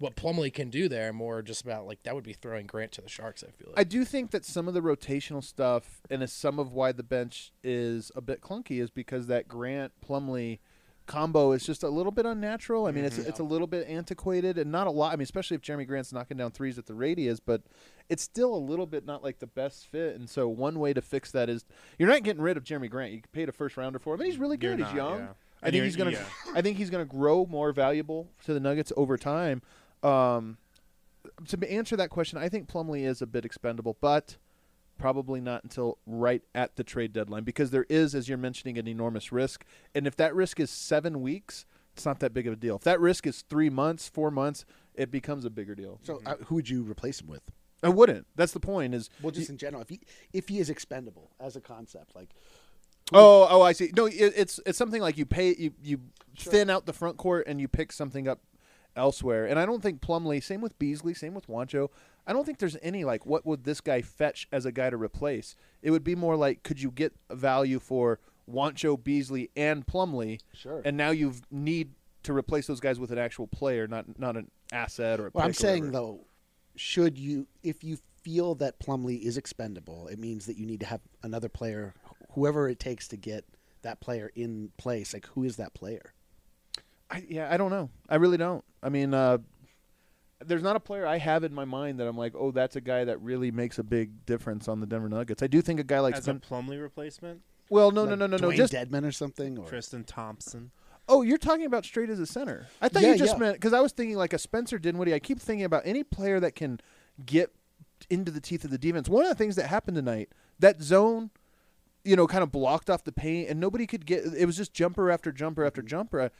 what Plumley can do there, more just about like that would be throwing Grant to the sharks. I feel like
I do think that some of the rotational stuff and is some of why the bench is a bit clunky is because that Grant Plumley combo is just a little bit unnatural. I mean,
Mm-hmm.
it's it's a little bit antiquated and not a lot. I mean, especially if Jeremy Grant's knocking down threes at the rate he is, but it's still a little bit not like the best fit. And so one way to fix that is you're not getting rid of Jeremy Grant. You paid a first rounder for him, and he's really
You're
good. he's
not,
young.
yeah.
I
And
think
you're-
he's gonna.
yeah.
I think he's gonna grow more valuable to the Nuggets over time. Um, to answer that question, I think Plumlee is a bit expendable, but probably not until right at the trade deadline because there is, as you're mentioning, an enormous risk. And if that risk is seven weeks, it's not that big of a deal. If that risk is three months, four months, it becomes a bigger deal.
So uh, who would you replace him with?
I wouldn't. That's the point. Is
Well, just in general, if he if he is expendable as a concept, like
oh oh I see. No, it, it's it's something like you pay you you thin out the front court and you pick something up elsewhere. And I don't think Plumlee. Same with Beasley. Same with Wancho. I don't think there's any like what would this guy fetch as a guy to replace. It would be more like could you get value for Wancho, Beasley, and Plumlee?
Sure.
And now you need to replace those guys with an actual player, not not an asset or. A
Well, I'm
pick or
saying
whatever.
though, should you if you feel that Plumlee is expendable, it means that you need to have another player, whoever it takes to get that player in place. Like who is that player?
I, yeah, I don't know. I really don't. I mean, uh, there's not a player I have in my mind that I'm like, oh, that's a guy that really makes a big difference on the Denver Nuggets. I do think a guy like
As a
Spen-
Plumley replacement,
well, no, no,
Like
no, no, no,
Dwayne
just
Deadman or something. Or
Tristan Thompson.
oh, you're talking about straight as a center. I thought
Yeah,
you just
yeah.
meant because I was thinking like a Spencer Dinwiddie. I keep thinking about any player that can get into the teeth of the defense. One of the things that happened tonight, that zone, you know, kind of blocked off the paint, and nobody could get. It was just jumper after jumper
Mm-hmm.
after jumper.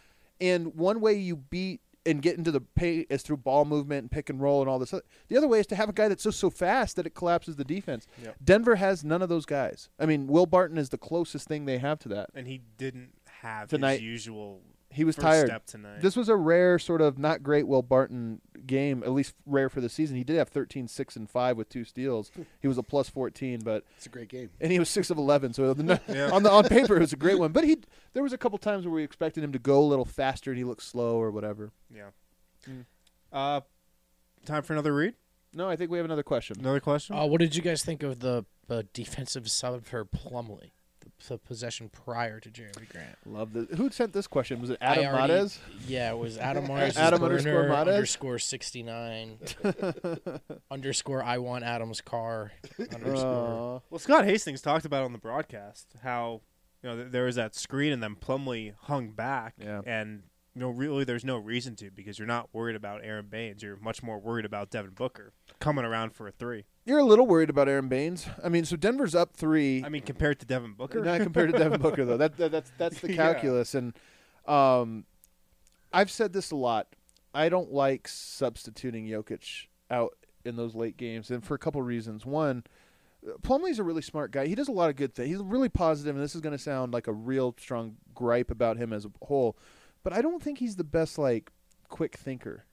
And one way you beat and get into the paint is through ball movement and pick and roll and all this. Other. The other way is to have a guy that's so so fast that it collapses the defense.
Yep.
Denver has none of those guys. I mean, Will Barton is the closest thing they have to that.
and he didn't have
Tonight-
his usual.
He was
first
tired.
Step tonight.
This was a rare sort of not great Will Barton game, at least rare for the season. He did have 13, 6, and 5 with two steals. He was a plus 14, but
it's a great game.
and he was 6 of 11. So the,
Yeah.
on the on paper it was a great one, but he there was a couple times where we expected him to go a little faster and he looked slow or whatever.
yeah. Uh, time for another read.
No, I think we have another question.
Another question.
Uh, what did you guys think of the uh, defensive sub for Plumley, the, the possession prior to Jeremy Grant?
Love this. Who sent this question? Was it
I
Adam
already-
Matez?
Yeah, it was Adam Myers.
Adam
corner,
underscore Matez?
underscore sixty nine underscore I want Adam's car underscore.
Uh,
Well, Scott Hastings talked about on the broadcast how you know th- there was that screen and then Plumley hung back,
Yeah.
and you know really there's no reason to because you're not worried about Aaron Baines, you're much more worried about Devin Booker coming around for a three.
you're a little worried about Aaron Baines. I mean, so Denver's up 3.
I mean, compared to Devin Booker,
Not compared to Devin Booker though. That, that that's that's the
Yeah.
calculus. And um, I've said this a lot. I don't like substituting Jokic out in those late games, and for a couple reasons. One, Plumlee's a really smart guy. He does a lot of good things. He's really positive, and this is going to sound like a real strong gripe about him as a whole. But I don't think he's the best like quick thinker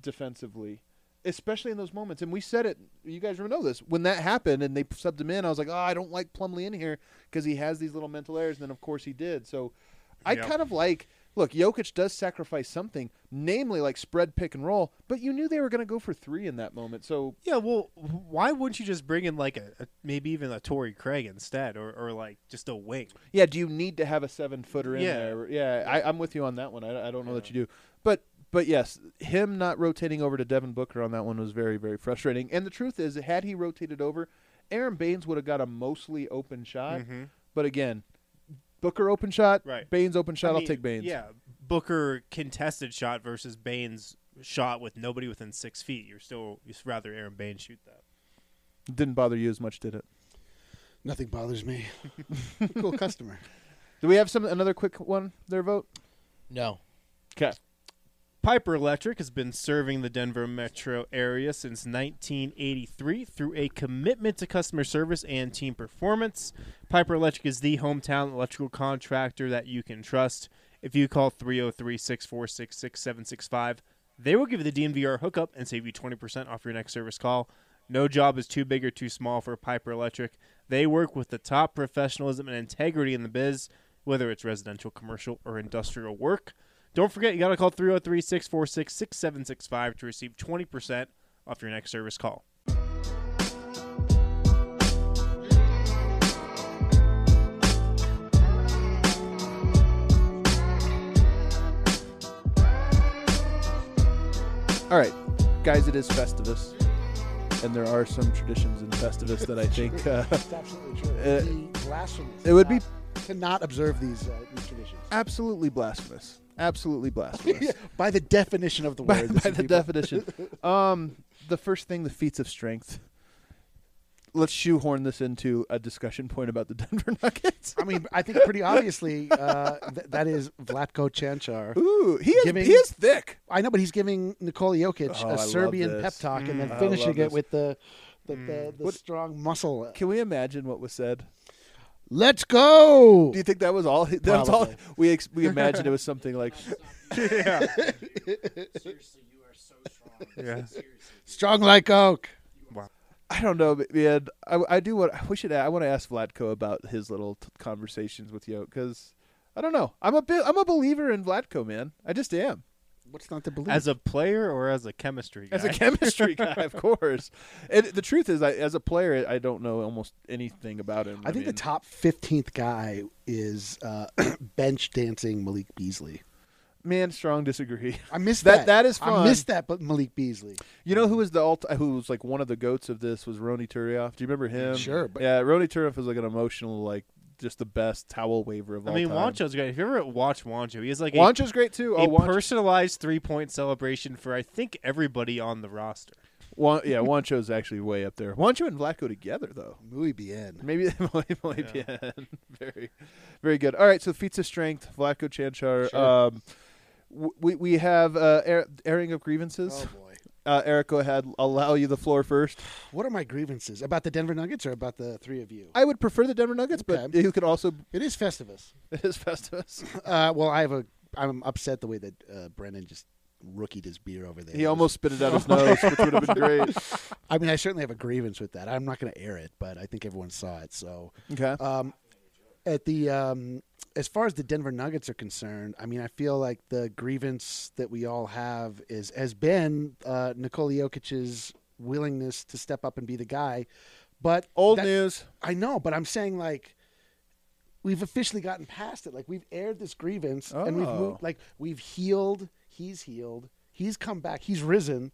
defensively, especially in those moments. And we said it. You guys remember this when that happened, and they subbed him in. I was like, oh, I don't like Plumlee in here because he has these little mental errors. And then of course he did. So I
Yep.
kind of like. Look, Jokic does sacrifice something, namely like spread pick and roll, but you knew they were going to go for three in that moment. So
Yeah, well, why wouldn't you just bring in like a, a maybe even a Torrey Craig instead, or, or like just a wing?
Yeah, do you need to have a seven footer in
Yeah.
there? Yeah, I, I'm with you on that one. I, I don't know that you do, but but yes, him not rotating over to Devin Booker on that one was very very frustrating. And the truth is, had he rotated over, Aaron Baines would have got a mostly open shot.
Mhm.
But again, Booker open shot,
Right.
Baines open shot.
I
I'll
mean,
take Baines.
Yeah, Booker contested shot versus Baines shot with nobody within six feet. You're still you'd rather Aaron Baines shoot that.
Didn't bother you as much, did it?
Nothing bothers me. cool customer.
Do we have some another quick one? Their vote.
No,
Okay.
Piper Electric has been serving the Denver metro area since 1983 through a commitment to customer service and team performance. Piper Electric is the hometown electrical contractor that you can trust. If you call 303 646 6765, they will give you the DMVR hookup and save you 20% off your next service call. No job is too big or too small for Piper Electric. They work with the top professionalism and integrity in the biz, whether it's residential, commercial, or industrial work. Don't forget, you got to call 303 646 6765 to receive 20% off your next service call.
All right, guys. It is Festivus, and there are some traditions in Festivus that I think. Uh,
It's absolutely true.
Uh,
It'd be blasphemous.
it would be-
not- to not observe these, uh, these traditions.
Absolutely blasphemous. Absolutely blasphemous.
By the definition of the
by,
word,
by the definition. Um, the first thing, the feats of strength. Let's shoehorn this into a discussion point about the Denver Nuggets.
I mean, I think pretty obviously uh, th- that is Vlatko Chanchar.
Ooh, he is
Giving-
he is thick.
I know, but he's giving Nikola Jokic
Oh, I
a
love
Serbian
this. Mm.
pep talk and then
I love
finishing
this. Mm.
it with the the, the, the
What-
strong muscle.
Can we imagine what was said?
Let's go.
Do you think that was all? That was all
Probably.
we ex- we imagined. It was something like
yeah.
Seriously, you are so strong.
Yeah.
Seriously.
Strong like oak.
I don't know, man. I, I do what we should. I want to ask Vladko about his little t- conversations with Yo because I don't know. I'm a bit. I'm a believer in Vladko, man. I just am.
What's not to believe?
As a player or as a chemistry guy?
As a chemistry guy, of course. And the truth is, I, as a player, I don't know almost anything about him.
I think the
mean,
top 15th guy is uh, bench dancing Malik Beasley.
man strong disagree.
I missed
That-
that.
that is fun.
I missed that, but Malik Beasley.
You know who was the alt? Who was like one of the goats of this was Roni Turioff. Do you remember him?
Sure, but-
yeah, Roni Turioff is like an emotional, like just the best towel waver of
I
all
mean,
time.
Wancho's great. If you ever watch Wancho, he has like a,
Wancho's great too.
a
Oh, Wancho,
personalized three point celebration for I think everybody on the roster.
Wan- yeah, Wancho's actually way up there. Wancho and Vlatko together though.
Muy bien.
Maybe might be very, very good. All right, so feats of strength, Vlatko Chanchar.
Sure.
Um, w- we we have uh, air, airing of grievances.
Oh, boy.
Uh, Eric, go ahead. I'll allow you the floor first.
What are my grievances? About the Denver Nuggets or about the three of you?
I would prefer the Denver Nuggets, but
Okay.
you could also
It is Festivus.
it is Festivus.
Uh, well, I have a. I'm upset the way that uh, Brennan just rookied his beer over there.
He almost spit it out his nose, which would have been great.
I mean, I certainly have a grievance with that. I'm not going to air it, but I think everyone saw it. So,
Okay.
um, at the um, as far as the Denver Nuggets are concerned, I mean, I feel like the grievance that we all have is has been uh, Nikola Jokic's willingness to step up and be the guy. But
Old
that-
news.
I know, but I'm saying like we've officially gotten past it. Like we've aired this grievance and we've
Oh.
moved like we've healed, he's healed, he's come back, he's risen.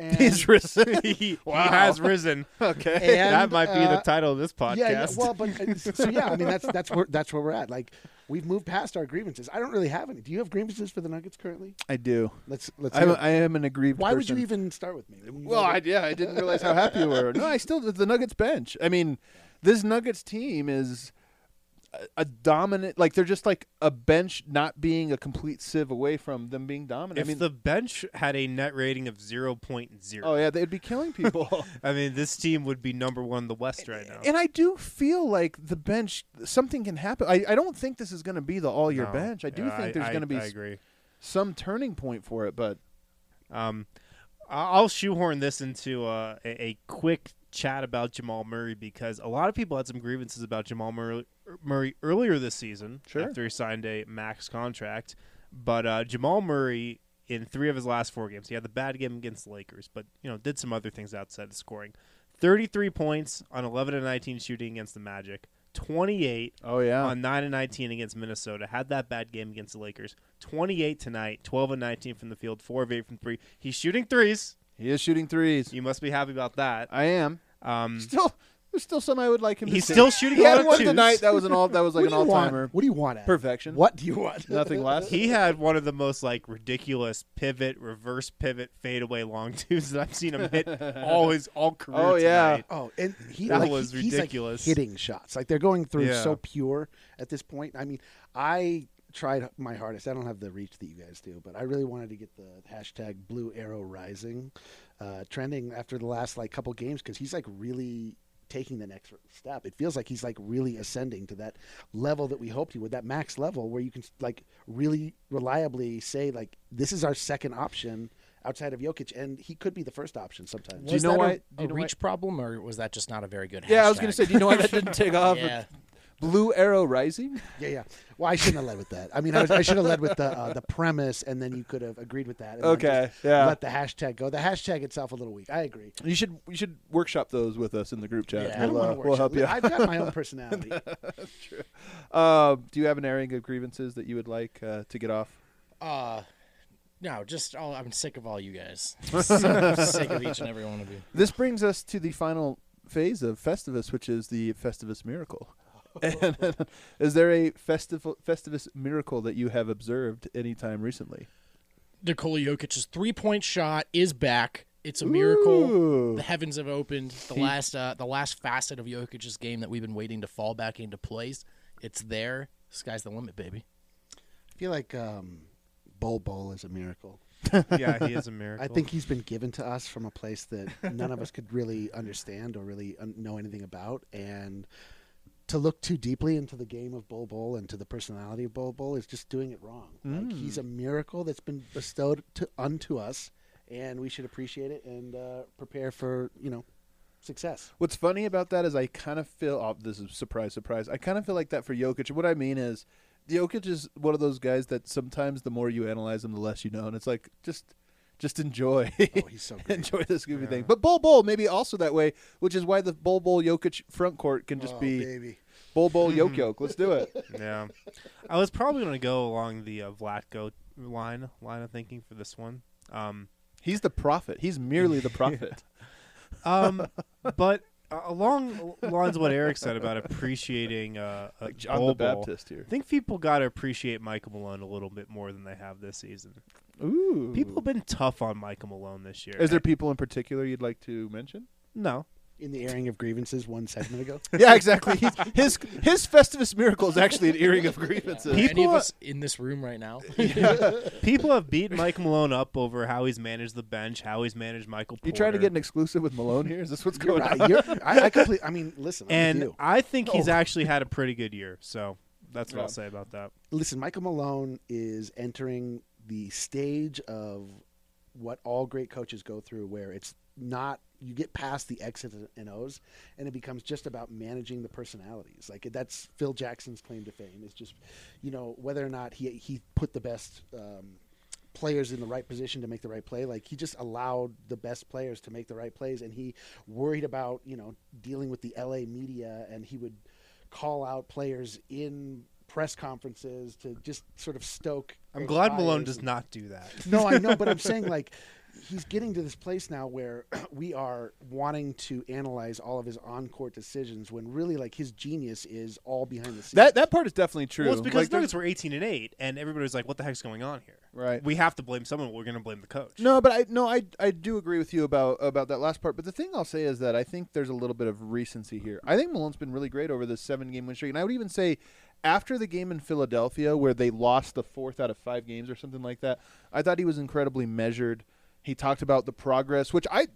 And
He's risen.
he, he has risen.
okay.
that
And,
might be the
uh,
title of this podcast.
Yeah, yeah, well, but uh, so yeah, I mean that's that's where that's where we're at. Like we've moved past our grievances. I don't really have any. Do you have grievances for the Nuggets currently?
I do.
Let's let's.
I'm,
hear it.
I am an aggrieved
Why would
person.
you even start with me? You
Well,
know,
I, yeah, I didn't realize how happy you were. No, I still the Nuggets bench. I mean, this Nuggets team is a, a dominant. Like they're just like a bench not being a complete sieve away from them being dominant.
if
I mean,
the bench had a net rating of 0.0,
oh yeah, they'd be killing people.
I mean, this team would be number one in the West right now.
and I do feel like the bench something can happen. I, I don't think this is going to be the all year
No.
bench. I do
Yeah,
think there's
I-
going to be
I
s-
agree.
some turning point for it, but
Um, I- I'll shoehorn this into uh, a, a quick chat about Jamal Murray because a lot of people had some grievances about Jamal Murray, Murray earlier this season
Sure.
after he signed a max contract. But uh, Jamal Murray, in three of his last four games, he had the bad game against the Lakers, but you know did some other things outside of scoring. 33 points on 11 and 19 shooting against the Magic, 28
oh yeah,
on 9 and 19 against Minnesota. Had that bad game against the Lakers. 28 tonight, 12 and 19 from the field, 4 of 8 from 3. He's shooting threes.
he is shooting threes.
You must be happy about that.
I am
Um,
still. There's still some I would like him. to
he's
take.
still shooting
He
a lot
had
of
one
twos.
tonight. That was an all. That was like an
what do you
all
want?
timer.
What do you want? Adam?
Perfection.
What do you want?
Nothing less.
He had one of the most like ridiculous pivot, reverse pivot, fadeaway long twos that I've seen him hit all his all career.
Oh, yeah.
tonight.
Oh, and he
That
like,
was
he- he's, like,
ridiculous.
hitting shots like they're going through
Yeah.
so pure at this point. I mean, I tried my hardest. I don't have the reach that you guys do, but I really wanted to get the hashtag Blue Arrow Rising uh, trending after the last like couple games because he's like really taking the next step. It feels like he's like really ascending to that level that we hoped he would, that max level where you can like really reliably say like this is our second option outside of Jokic, and he could be the first option sometimes.
you
Was
know
that a-
why- do
A,
you know why-
reach problem, or was that just not a very good?
Yeah, I was
hashtag?
gonna say, do you know why that didn't take off?
Yeah.
Blue Arrow Rising.
Yeah, yeah. Well, I shouldn't have led with that. I mean, I, was, I should have led with the uh, the premise, and then you could have agreed with that. And then
Okay,
just
yeah.
Let the hashtag go. The hashtag itself a little weak. I agree.
You should you should workshop those with us in the group chat.
Yeah.
I don't
We'll,
want
uh,
to work.
we'll help you.
I've got my own personality.
Uh, do you have an airing of grievances that you would like uh, to get off?
Uh, no, just all, I'm sick of all you guys. sick of each and every one of you.
This brings us to the final phase of Festivus, which is the Festivus miracle. And, is there a festival, Festivus miracle that you have observed anytime recently?
Nikola Jokic's three point shot is back. It's a miracle.
Ooh.
The heavens have opened. The last uh, the last facet of Jokic's game that we've been waiting to fall back into place. It's there. Sky's the limit, baby.
I feel like um, Bol Bol is a miracle.
yeah, he is a miracle.
I think he's been given to us from a place that none of us could really understand or really un- know anything about. And to look too deeply into the game of Bol Bol and to the personality of Bol Bol is just doing it wrong. Like he's
Mm.
a miracle that's been bestowed to unto us, and we should appreciate it and uh, prepare for you know success.
What's funny about that is I kind of feel oh, this is surprise, surprise. I kind of feel like that for Jokic. What I mean is, Jokic is one of those guys that sometimes the more you analyze him, the less you know, and it's like just, just enjoy,
Oh, he's so great.
enjoy the Scooby thing. But Bol Bol maybe also that way, which is why the Bol Bol Jokic front court can just
Oh,
be
baby.
Bol Bol Yoke Yoke. Let's do it.
Yeah, I was probably going to go along the uh, Vlatko line line of thinking for this one. Um,
He's the prophet. He's merely the prophet.
Um, but uh, along the lines of what Eric said about appreciating uh, uh,
John
Bol
the
Bol,
Baptist here.
I think people got to appreciate Michael Malone a little bit more than they have this season.
Ooh.
People have been tough on Michael Malone this year.
Is there people in particular you'd like to mention?
no?
In the airing of grievances one segment ago.
Yeah, exactly. He's, his his Festivus miracle is actually an earring of
Are
grievances.
any
People
of
are-
us in this room right now?
People have beat Mike Malone up over how he's managed the bench, how he's managed Michael. Porter.
You trying to get an exclusive with Malone here? Is this what's
You're
going
right.
on?
You're, I, I complete. I mean, listen. I'm with
and
you.
I think he's actually had a pretty good year. So that's what
Yeah.
I'll say about that.
listen, Michael Malone is entering the stage of what all great coaches go through, where it's not you get past the X's and O's, and it becomes just about managing the personalities. Like that's Phil Jackson's claim to fame is just, you know, whether or not he he put the best. Um, players in the right position to make the right play like he just allowed the best players to make the right plays and he worried about you know dealing with the LA media and he would call out players in press conferences to just sort of stoke.
I'm
those
glad
fires
Malone does
and-
not do that.
No, I know, but I'm saying like he's getting to this place now where we are wanting to analyze all of his on-court decisions when really like his genius is all behind the scenes.
That that part is definitely true.
Well, it's because
Like,
the Nuggets
there's-
were 18 and 8, and everybody was like, "What the heck's going on here?"
Right.
We have to blame someone. We're going to blame the coach.
no, but I no, I I do agree with you about about that last part. But the thing I'll say is that I think there's a little bit of recency here. I think Malone's been really great over this seven game win streak, and I would even say after the game in Philadelphia where they lost the fourth out of five games or something like that, I thought he was incredibly measured. He talked about the progress, which I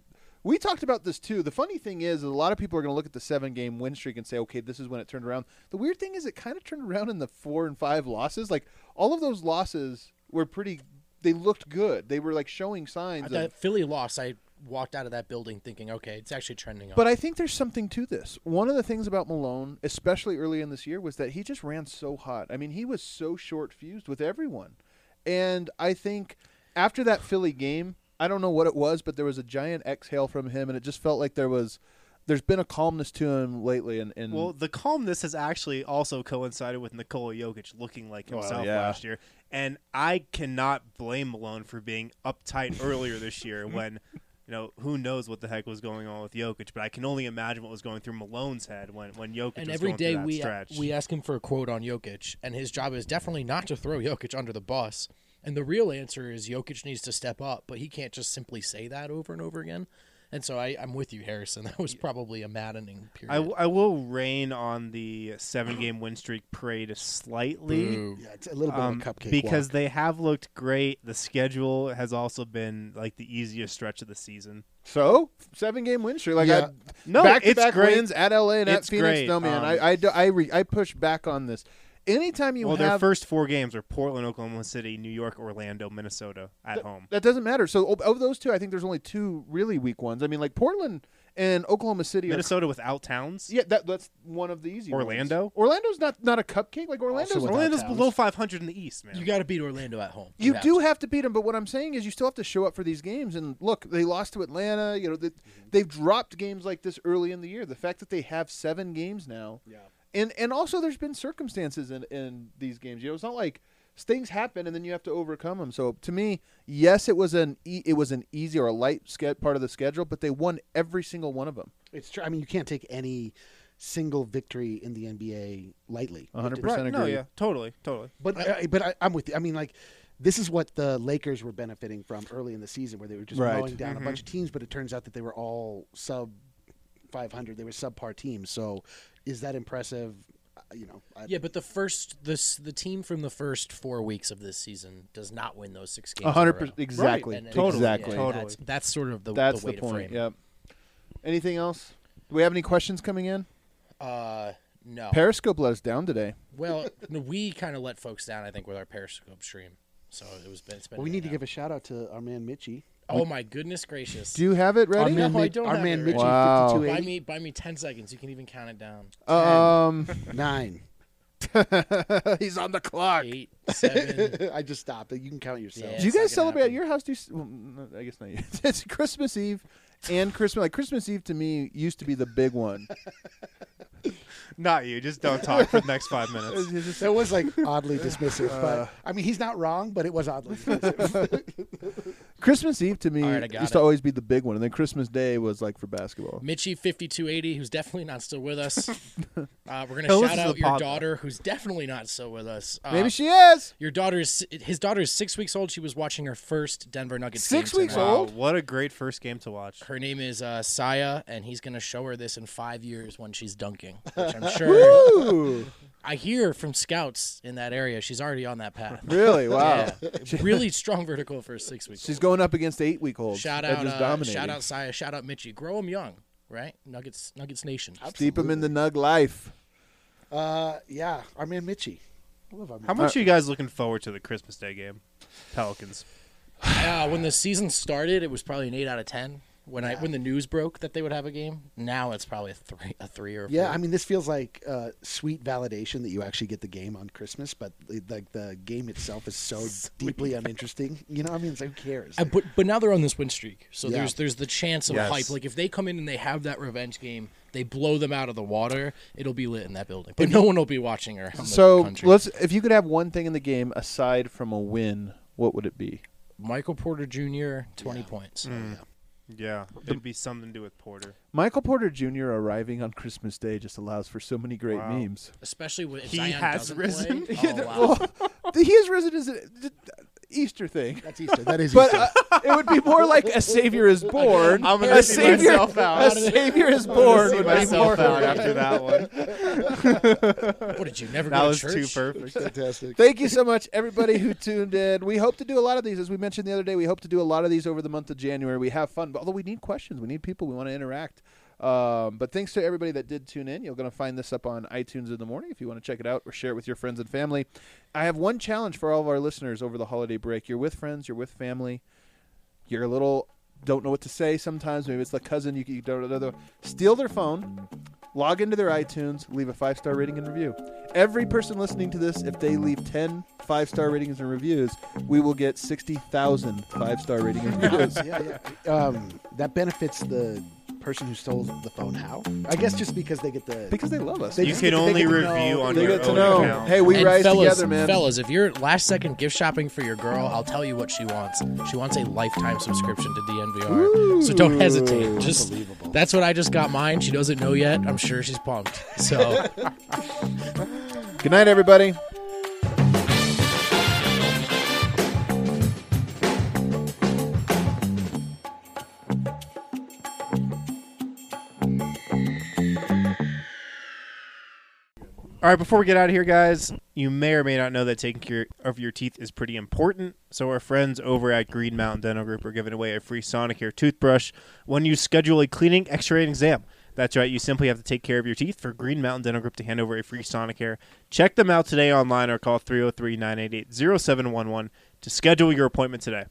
we talked about this too. The funny thing is, a lot of people are going to look at the seven game win streak and say, okay, this is when it turned around. The weird thing is, it kind of turned around in the four and five losses. Like, all of those losses were pretty, they looked good. They were like showing signs. of,
that Philly loss. I walked out of that building thinking, okay, it's actually trending up.
but I think there's something to this. One of the things about Malone, especially early in this year, was that he just ran so hot. I mean, he was so short fused with everyone. And I think after that Philly game, I don't know what it was, but there was a giant exhale from him, and it just felt like there was, there's been a calmness to him lately. And, and
Well, the calmness has actually also coincided with Nikola Jokic looking like
Well,
himself
yeah.
last year, and I cannot blame Malone for being uptight earlier this year when, you know, who knows what the heck was going on with Jokic, but I can only imagine what was going through Malone's head when when Jokic
and
was
every
going through
day
that
we
stretch.
we ask him for a quote on Jokic, and his job is definitely not to throw Jokic under the bus. And the real answer is Jokic needs to step up, but he can't just simply say that over and over again. And so I, I'm with you, Harrison. That was probably a maddening period.
I, w- I will rain on the seven game win streak parade slightly.
Boo.
yeah, it's a little bit
um,
of a cupcake
because
walk.
they have looked great. The schedule has also been like the easiest stretch of the season.
so seven game win streak, like
Yeah.
I,
No,
back to
it's
back
great.
wins at LA and
It's
at Phoenix.
great.
No man,
Um,
I I do- I, re, I push back on this. Anytime you
well, their
have
first four games are Portland, Oklahoma City, New York, Orlando, Minnesota at
Th-
home.
That doesn't matter. So of, of those two, I think there's only two really weak ones. I mean, like Portland and Oklahoma City. Are,
Minnesota without Towns.
yeah, that, that's one of the easy. ones.
Orlando?
Orlando's not not a cupcake. Like Orlando's.
without
Orlando's
Towns.
below 500 in the East, man.
You got to beat Orlando at home.
you
have
do
to.
have to beat them, but what I'm saying is you still have to show up for these games. And look, they lost to Atlanta. You know, they,
Mm-hmm.
they've dropped games like this early in the year. The fact that they have seven games now.
Yeah.
and and also there's been circumstances in in these games. You know, it's not like things happen and then you have to overcome them. So to me, yes, it was an e- it was an easy or a light ske- part of the schedule, but they won every single one of them.
it's true. I mean, you can't take any single victory in the NBA lightly.
100%
It's-
right. No,
agree.
yeah, totally, totally.
But I, I- but I, I'm with you. I mean, like this is what the Lakers were benefiting from early in the season, where they were just
Right.
mowing down a bunch of teams. But it turns out that they were all sub 500. They were subpar teams. So, is that impressive? Uh, You know, I,
Yeah, but the first this the team from the first four weeks of this season does not win those six games. in a
hundred
row.
percent, exactly,
And then-
Totally,
exactly.
yeah,
Totally.
That's, that's sort of the
That's
the,
the,
way to
point.
frame it.
Yep. Anything else? Do we have any questions coming in?
Uh, no.
Periscope let us down today.
well, no, we kind of let folks down, I think, with our Periscope stream. So it was been. It's been
well, we need to
doing
give a shout out to our man Mitchy.
that. Oh my goodness gracious!
Do you have it ready?
No,
man,
I
Mitch-
don't
our
have
man
it
Mitchy,
ready.
Wow.
52
buy me buy me ten seconds. You can even count it down.
um,
nine.
he's on the clock.
Eight, seven.
I just stopped. it. You can count yourself.
Yeah.
Do you
It's not
guys
gonna
celebrate at
happen.
your house? Do you, s- well, no, I guess not. you. it's Christmas Eve and Christmas. Like Christmas Eve to me used to be the big one.
Not you. Just don't talk for the next five minutes.
That was like oddly dismissive, but I mean, he's not wrong, but it was oddly dismissive.
Christmas Eve to me
All right, I got
used
it.
to always be the big one, and then Christmas Day was like for basketball.
Mitchy fifty two eighty, who's definitely not still with us. Uh, we're gonna
He'll listen
shout
to
out
the
your
pod, though.
daughter, who's definitely not still with us. Uh,
Maybe she is.
your daughter is his daughter is six weeks old. She was watching her first Denver Nuggets.
Six
game
weeks
tonight.
Wow,
old?
what a great first game to watch.
Her name is uh, Saya, and he's gonna show her this in five years when she's dunking, which I'm sure.
Ooh,
I hear from scouts in that area. She's already on that path.
really? Wow.
Yeah, really strong vertical for a six weeks.
She's going up against eight week olds.
Shout
and
out,
just
uh,
dominating.
shout out, Saya. Shout out, Mitchy. Grow them young, right? Nuggets, Nuggets Nation.
Deep him in the nug life.
uh, yeah, our man Mitchy. I love our man.
How much are you guys looking forward to the Christmas Day game? Pelicans.
Yeah, Uh, when the season started, it was probably an eight out of ten. When I when the news broke that they would have a game, now it's probably a three, a three or a
Yeah,
four.
I mean, this feels like uh, sweet validation that you actually get the game on Christmas, but like the game itself is so deeply uninteresting. You know, what I mean, it's like, who cares?
Uh, but but now they're on this win streak, so
Yeah.
there's there's the chance of
Yes.
hype. Like if they come in and they have that revenge game, they blow them out of the water. It'll be lit in that building, but no one will be watching around the
So
country.
let's. If you could have one thing in the game aside from a win, what would it be?
Michael Porter Jr. twenty points.
Oh, Yeah, it'd be something to do with Porter.
Michael Porter Jr. arriving on Christmas Day just allows for so many great
Wow.
memes.
Especially when if
He
Zion
has
doesn't
risen.
Play.
Yeah,
Oh,
that-
wow.
he has risen as an Easter thing,
That's Easter. That is
but
Easter.
uh, it would be more like a savior is born.
I'm gonna
a
see
savior,
myself out.
a savior is born
See
would be more.
myself out after that one.
what did you never
That
go
was
to church?
too perfect.
fantastic.
Thank you so much, everybody who tuned in. We hope to do a lot of these, as we mentioned the other day. We hope to do a lot of these over the month of January. We have fun, but although we need questions, we need people, we want to interact. Um, but thanks to everybody that did tune in. You're going to find this up on iTunes in the morning if you want to check it out or share it with your friends and family. I have one challenge for all of our listeners over the holiday break. You're with friends, you're with family, you're a little don't know what to say sometimes. Maybe it's the cousin you, you don't know. the- Steal their phone, log into their iTunes, leave a five star rating and review. Every person listening to this, if they leave 10 five star ratings and reviews, we will get 60,000 five star rating and reviews.
yeah, yeah. Um, that benefits the person who stole the phone. How? I guess just because they get the
because they love us.
They
You
just
can
get to- they
only
get to
review
know-
on
they
your
get to
own
know,
account.
hey, we
and
rise
fellas,
together, man.
fellas, if you're last second gift shopping for your girl, I'll tell you what she wants. She wants a lifetime subscription to DNVR. so don't hesitate. Just
Unbelievable.
that's what I just got mine. She doesn't know yet. I'm sure she's pumped. So
Good night, everybody.
All right, before we get out of here, guys, you may or may not know that taking care of your teeth is pretty important. So, our friends over at Green Mountain Dental Group are giving away a free Sonicare toothbrush when you schedule a cleaning, x ray, and exam. That's right, you simply have to take care of your teeth for Green Mountain Dental Group to hand over a free Sonicare. oh Check them out today online or call 303 988 0711 to schedule your appointment today.